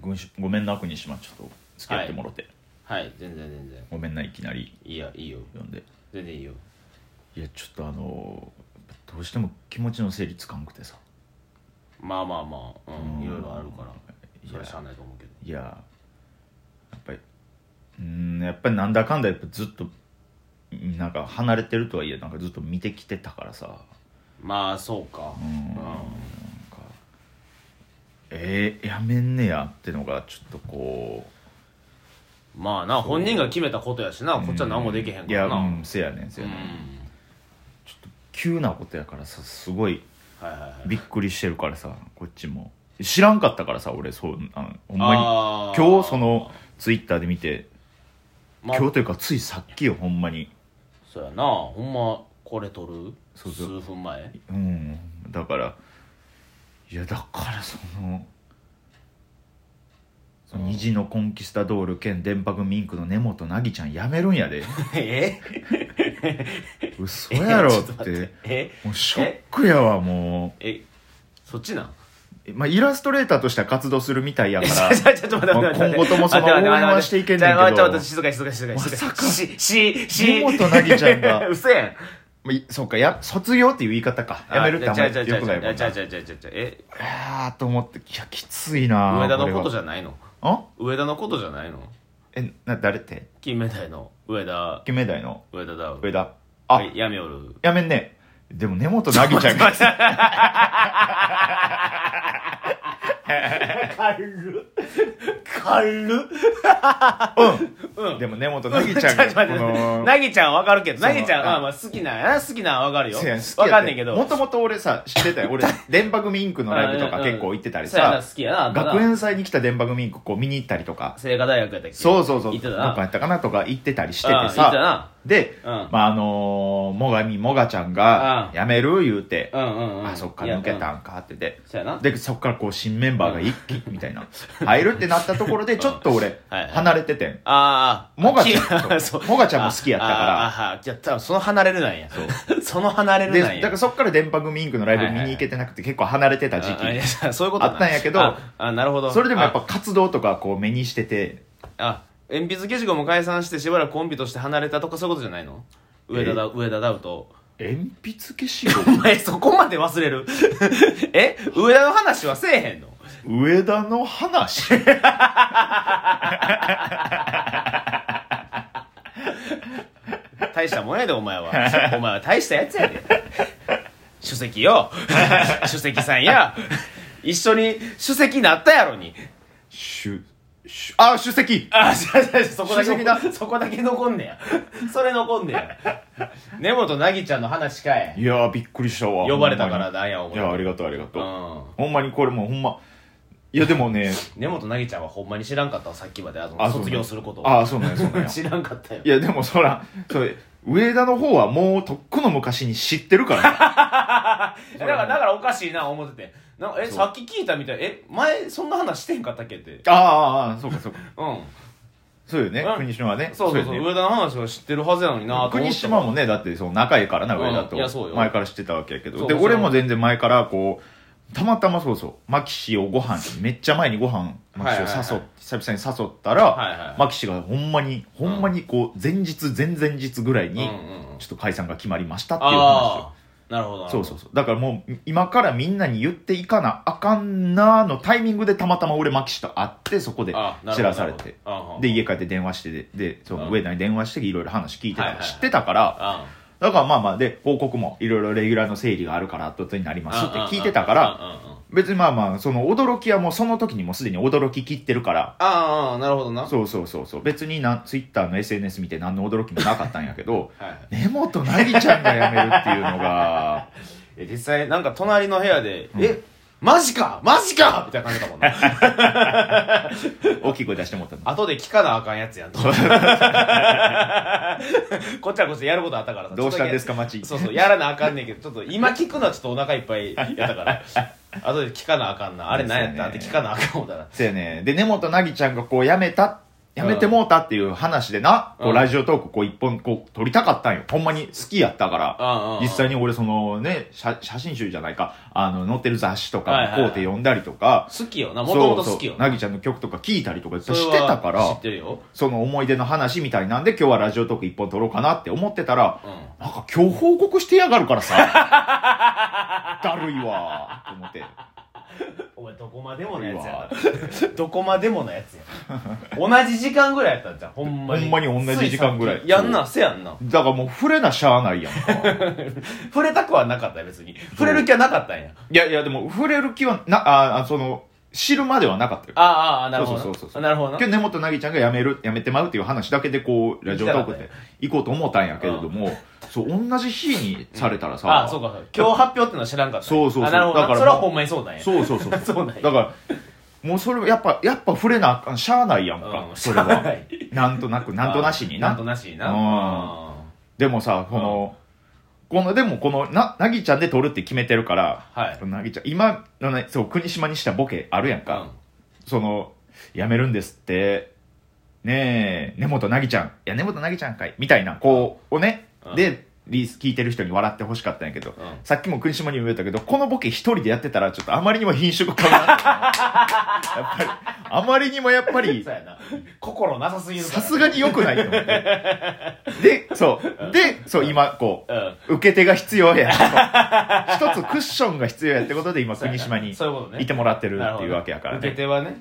ごしごめんな国島ちょっと付き合ってもろて、はい全然全然ごめんないきなりいいやいいよ読んで全然いいよいやちょっとあのどうしても気持ちの整理つかんくてさまあまあまあうんうんいろいろあるからいやそれはしゃあないと思うけどいややっぱりうーんやっぱりなんだかんだやっぱずっとなんか離れてるとはいえなんかずっと見てきてたからさまあそうかうんなんかえー、やめんねやってのがちょっとこまあな本人が決めたことやしなうこっちは何もできへんいかやらなううんんせやねんせやねん、急なことやからさすごいはいはいはいびっくりしてるからさこっちも知らんかったからさ俺そうあのほんまあにー今日そのツイッターで見てまあ今日というかついさっきよほんまにそうやなほんまこれ撮るそうそう数分 前うんだからいやだからその「虹のコンキスタドール兼電白ミンクの根本凪ちゃんやめるんや でえ嘘やろ」ちょっと待てえもうショックやわもえそっちなんう、まあ、イラストレーターとしては活動するみたいやか ちょらちょちょっと待って待って待っ今て後ともその応援はしていけんねんけど待って待って待って静かに静かに静かまさに静かかにししし根本凪ちゃんが 嘘やんまあいそうかや卒業っていう言い方かやめるってあんまりよくないもんなちゃちゃちゃちゃちゃえあーと思っていやきついな上田のことじゃゃないのあ上田のことじゃないのえな誰って金メダルの上田金目鯛の上田ダウン上田あ、はいやめおるやめんねでも根本 凪ちゃんが軽軽うん。でも根本凪ちゃんが、ちょ っと待ってこのなぎちゃんわかるけど、そのなぎちゃんはうんまあ好きなんやな、好きなんはわかるよせや好き。やわてかんねんけど。もともと俺さ、知ってたよ。 俺、電波組インクのライブとか結構行ってたりそうやなさ、好きやな。あんたな学園祭に来た電波組インクこう見に行ったりとか、聖火大学やったっけそうそうそう、行ってたどっかやな。ったかなとか行ってたりしてうん行てってたさ、な。で、うんまああのー、もがみもがちゃんが、うんやめる言うて、うんうんうん。あ、そっか、抜けいや。たんかってでうん、そうやな。で、そっからこう新メンバーが一気 みたいな、入るってなったところで、ちょっと俺、はいはい離れててん。ああ。もがちゃんあそうもがちゃんも好きやったからああああ、じゃあ多分その離れるなんや。 その離れるで、なんだや。からそっから電波組インクのライブ見に行けてなくて結構離れてた時あいや期。そういうことなあったんやけどあ、あなるほど。それでもやっぱ活動とかこう目にしてて、あ、鉛筆消しゴム解散してしばらくコンビとして離れたとかそういうことじゃないの上田だ、上田ダウと。鉛筆消しゴお 前そこまで忘れる え上田の話はせえへんのム上田の話 大したもんやでお前はお前は大したやつやで主席よ 主席さんや一緒に主席なったやろにしゅ、しゅ、あ、主席あ違う違うそこだ主け席だそこだけ残んねやそれ残んねや根本凪ちゃんの話かいいやーびっくりしたわ。呼ばれたかほらんまなんやおにいや、あ前りがとうありがとうう。んほんまにこれもうほんま、いやでもね、根本凪ちゃんはほんまに知らんかったわさっきまであのあ卒業することをああ、そうなんやそうなんや。 知らんかったよいやでもそら、それ、上田の方はもうとっくの昔に知ってるから ね。いやだからだからおかしいな思っててなんかえさっき聞いたみたいえ前そんな話してへんかったっけってああああ、そうかそうか。うんそうよねう、ん国島はね。そうそうそうよね上田の話は知ってるはずやのになと思国って島もねだってその仲いいからなうん上田いやそうとよ前から知ってたわけやけどそうでそう俺も全然前からこうたまたまそうそうマキシをご飯めっちゃ前にご飯マキシを誘っ、はいはいはい久々に誘ったら、はいはいマキシがほんまにほんまにこう前日前々日ぐらいにうんうんうんちょっと解散が決まりましたっていう話をああなるほどなるそほうどそうそうだからもう今からみんなに言っていかなあかんなのタイミングでたまたま俺マキシと会ってそこであなるほど知らされてなるほどああで家帰って電話してででその上田に電話していろいろ話聞いてたはいのはいはい知ってたからあだからまあまあで報告もいろいろレギュラーの整理があるから後々になりますって聞いてたからああ別にまあまあその驚きはもうその時にもうすでに驚ききってるからああなるほどなそうそうそうそう別になんツイッターの SNS 見て何の驚きもなかったんやけどはいはい根本凪ちゃんが辞めるっていうのがえ実際なんか隣の部屋で「えマジかマジか!」みたいな感じだもんな大きい声出してもらったの後で聞かなあかんやつ やんとこっちはこっちでやることあったからさどうしたんですか町そうそう、やらなあかんねんけど、ちょっと今聞くのはちょっとお腹いっぱいやっ たから、後で聞かなあかんな、あれ何やったって聞かなあかん思ったら、そうやねで根本凪ちゃんがこう辞めたやめてもうたっていう話でな、こううんラジオトークこう一本こう撮りたかったんよ。ほんまに好きやったから。あ実際に俺そのね、写写真集じゃないか、あの、載ってる雑誌とはいはかいこはういて読んだりとか、好きよなそもうともと好きよそうなぎちゃんの曲とか聞いたりとかしそてれはたか知っら、てるよその思い出の話みたいなんで今日はラジオトーク一本撮ろうかなって思ってたら、うんなんか今日報告してやがるからさ。 だるいわーと思って。お前どこまでものやつやな どこまでものやつやな同じ時間ぐらいやったんじゃんほんまにほんまに同じ時間ぐらいつさっきやんなせやんなだからもう触れなしゃあないやんか。触れたくはなかったよ別に触れる気はなかったんやいやいやでも触れる気はな、ああ、その、知るまではなかったよ。ああああなるほどなそうそうそうそうなるほどな今日根本なぎちゃんが辞める、辞めてまうっていう話だけでこう、ラジオトークで行こうと思ったんやけれども、そう、同じ日にされたらさ、ああそうかそうか今日発表ってのは知らんかったそうそうそうあなるほどだからなそれはほんまにそうなんやそうそうそう そうなんやだから、もうそれ、やっぱ、やっぱ触れなあかん、しゃあないやんか、うんそれ しゃあな。はいなんとなく、なんとなしになんなと。なしになうんうんでもさ、この、この、でもこの、な、なぎちゃんで撮るって決めてるから、はいなぎちゃん、今のね、そう、国島にしたボケあるやんか。その、やめるんですって、ねえ、根本なぎちゃん、いや、根本なぎちゃんかい、みたいな、こう、をねうん、で、リース聞いてる人に笑ってほしかったんやけど、んさっきも国島にも言ったけど、このボケ一人でやってたら、ちょっとあまりにも品種が変わら ない。やっぱり、あまりにもやっぱりそう、やな心なさすぎるからさすがに良くないと思って。で、そう。で、そう、今、こうんう、受け手が必要や。こう一つクッションが必要やってことで、今、そうやな国島にそういうことねいてもらってるなっほてどいうわけやから受けね。手はね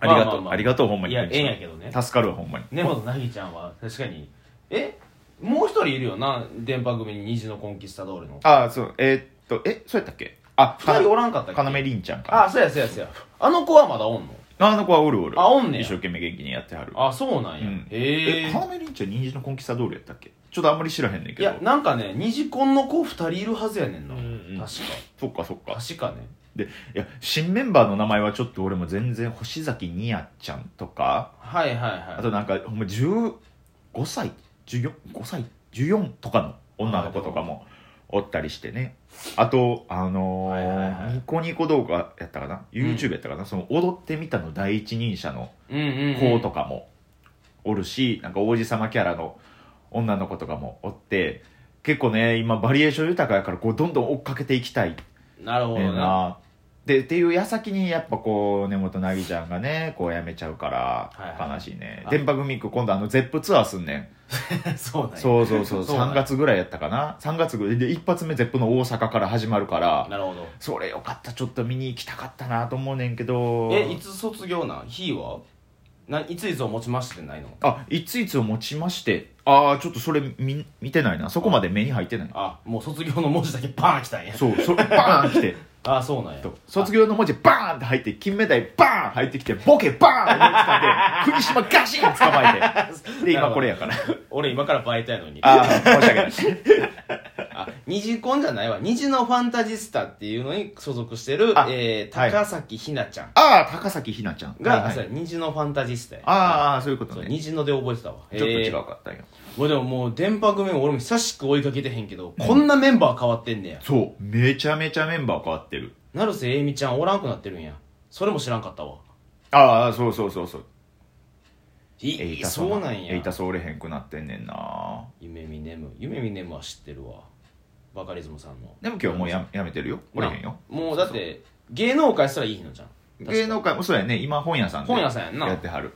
ありがまとまう、まありがとう、ほんまに。いやえ国えん島やけどね助かるわ、ほんまに。根本なぎちゃんは確かにえもう一人いるよな電波組に虹のコンキスタドールのあ、そう、えーっと、え、そうやったっけあ、二人おらんかったっけかなめりんちゃんか。あそうやそうやそうやあの子はまだおんのああの子はおるおる。あおんねや一生懸命元気にやってはる。あそうなんや、うんへえ、え花芽りんちゃん、人参のコンキスタドールやったっけちょっとあんまり知らへんねんけど。いやなんかね虹コンの子二人いるはずやねんな、うんうん確そっかそっかか。確かねで、いや、新メンバーの名前はちょっと俺も全然、星崎にやちゃんとか、はいはいはいあとなんか、ほんま15歳、14、5歳、14とかの女の子とかもおったりしてね。あと、あのーはいはいはいニコニコ動画やったかな ?YouTube やったかな、その、踊ってみたの第一人者のうんうん、う子ん、とかもおるし、なんか王子様キャラの女の子とかもおって、結構ね、今バリエーション豊かやから、こう、どんどん追っかけていきたいなるほどええな、なでっていう矢先にやっぱこう根本凪ちゃんがねこう辞めちゃうからはいはい悲しいね、あ電波組行く今度あのゼップツアーすんねん そうなんやそうそうそうそうなんや3月ぐらいやったかな3月ぐらいで一発目ゼップの大阪から始まるからなるほどそれよかったちょっと見に行きたかったなと思うねんけどえいつ卒業なん日はないついつを持ちましてないのあいついつをもちましてああちょっとそれ見見てないなそこまで目に入ってないあもう卒業の文字だけバーン来たんやそうそれバーン来てあそうなんやと卒業の文字バーンって入って金目鯛バーン入ってきてボケバーンって思いつかんで国島ガシン捕まえて で、今これやから。 俺今からバイトやのにああ、申し訳ない。あ虹コンじゃないわ虹のファンタジスタっていうのに所属してるあ、えー、はい高崎ひなちゃんああ、高崎ひなちゃん。が、はいそはういや虹のファンタジスタやああ、そういうことそうね。虹ので覚えてたわちょっと違うえかったんよ。ーもうでももう電波組も俺も久しく追いかけてへんけど、こんなメンバー変わってんねやそう、めちゃめちゃメンバー変わってる。成瀬えみちゃんおらんくなってるんやそれも知らんかったわああ、そうそうそうそう。いえいたそうなんやえいたそうおれへんくなってんねんな。夢見ネム夢見ネムは知ってるわバカリズムさんのでも今日もうややめてるよ。おれへんよ。なもうだって芸能界すらいいのじゃん芸能界もそうやね、今本屋さんで。本屋さんやんなやってはる。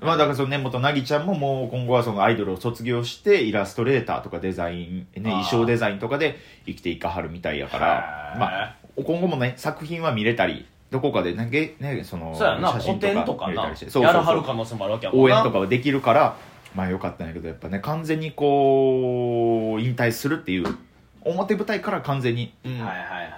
まあだからその根本なぎちゃんももう今後はそのアイドルを卒業してイラストレーターとかデザイン、ね、あー衣装デザインとかで生きていかはるみたいやからへ、ーまあ今後もね、作品は見れたり、どこかでね、げねそのそうやな写古真典ととかか見れなたやりして、らはる可能性もあるわけやもん応な援とかはできるから、まあよかったんやけど、やっぱね、完全にこう、引退するっていう、表舞台から完全に、うんはいはいは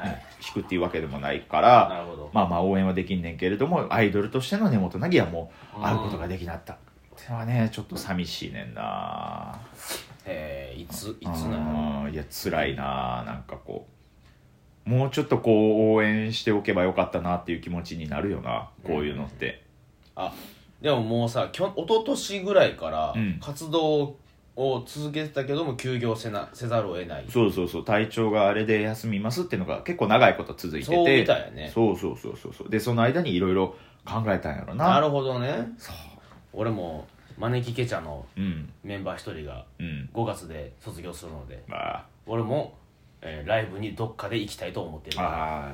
い引くっていうわけでもないから、なるほどまあまあ応援はできんねんけれどもアイドルとしての根本凪はもう会うことができなった、それはねちょっと寂しいねんなえーいついついなのいや辛いななんかこうもうちょっとこう応援しておけばよかったなっていう気持ちになるよなこういうのって、あでももうさきょ一昨年ぐらいからうん活動を続けてたけども休業せなせざるを得ないそうそうそう体調があれで休みますっていうのが結構長いこと続いててそうみたいやねそうそうそうそうそうでその間にいろいろ考えたんやろななるほどねそう俺も招きケチャのうんメンバー一人がうん5月で卒業するのであ俺も、えーライブにどっかで行きたいと思ってるーあ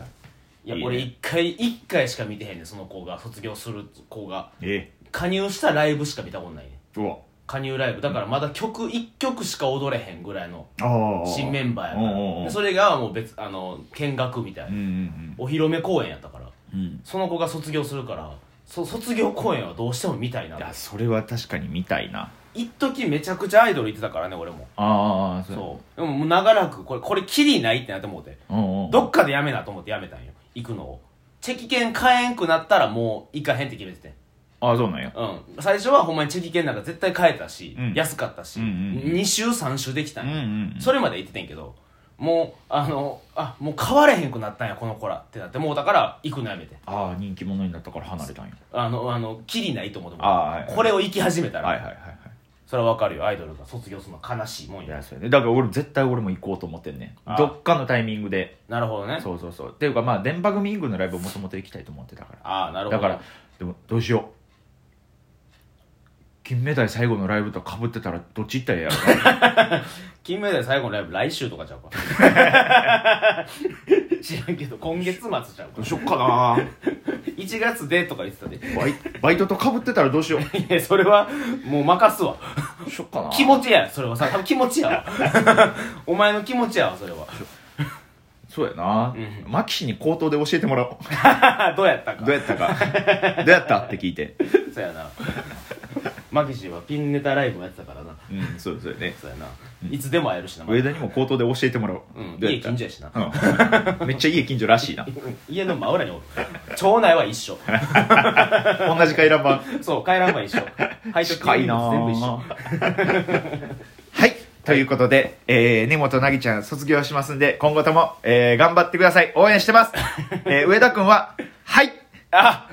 いやいいね俺一回一回しか見てへんねんその子が卒業する子がーえ加入したライブしか見たことないねんうわ加入ライブだからまだ曲1曲しか踊れへんぐらいのああ新メンバーやかおうおうおらうでそれがもう別あの見学みたいうんなうんお披露目公演やったからうんうんその子が卒業するからそ卒業公演はどうしても見たいないやそれは確かに見たいな一時めちゃくちゃアイドル行ってたからね俺もああそうでももう長らくこれこれキリないってなって思うてうおうおうどっかでやめなと思ってやめたんよ行くのをチェキ券買えんくなったらもう行かへんって決めててんああそうなんやうん、最初はほんまにチェキ券なんか絶対買えたし、うん安かったし、うんうんうん2週3週できたうんんよ、うんそれまで行っててんけどもうあのあもう買われへんくなったんやこの子らってなってもうだから行くのやめてああ人気者になったから離れたんやあのあのキリないと思ってもうあーはいはいこれを行き始めたら、はいはいはいはいそれはわかるよアイドルが卒業するのは悲しいもんいややそうやねだから俺絶対俺も行こうと思ってんねあどっかのタイミングでなるほどねそうそうそうっていうかまあ電波組イングのライブをもともと行きたいと思ってたからああなるほだどからでもどうしよう金メダル最後のライブとかぶってたらどっち行ったらええやろな金メダル最後のライブ来週とかちゃうか 知らんけど今月末ちゃうどかうしよっかな1月でとか言ってたでバイバイトとかぶってたらどうしよういやそれはもう任すわどうしよっかな気持ちやそれはさ多分気持ちやわ お前の気持ちやわそれは そうやな、うマキシに口頭で教えてもら おうどうやったかどうやったかどうやったって聞いてそうやなマキシーはピンネタライブもやってたからなうんそうそうやねそうやな、いつでも会えるしな、上田にも口頭で教えてもらおう、うん、どうや家った近所やしな、 うん、めっちゃ家近所らしいな家の真裏におる町内は 一緒同じ回覧板そう回覧板 一緒配達近いな全部一緒ぁ はいということで、えー、根本凪ちゃん卒業しますんで今後とも、えー、頑張ってください応援してます、えー、上田君ははいあ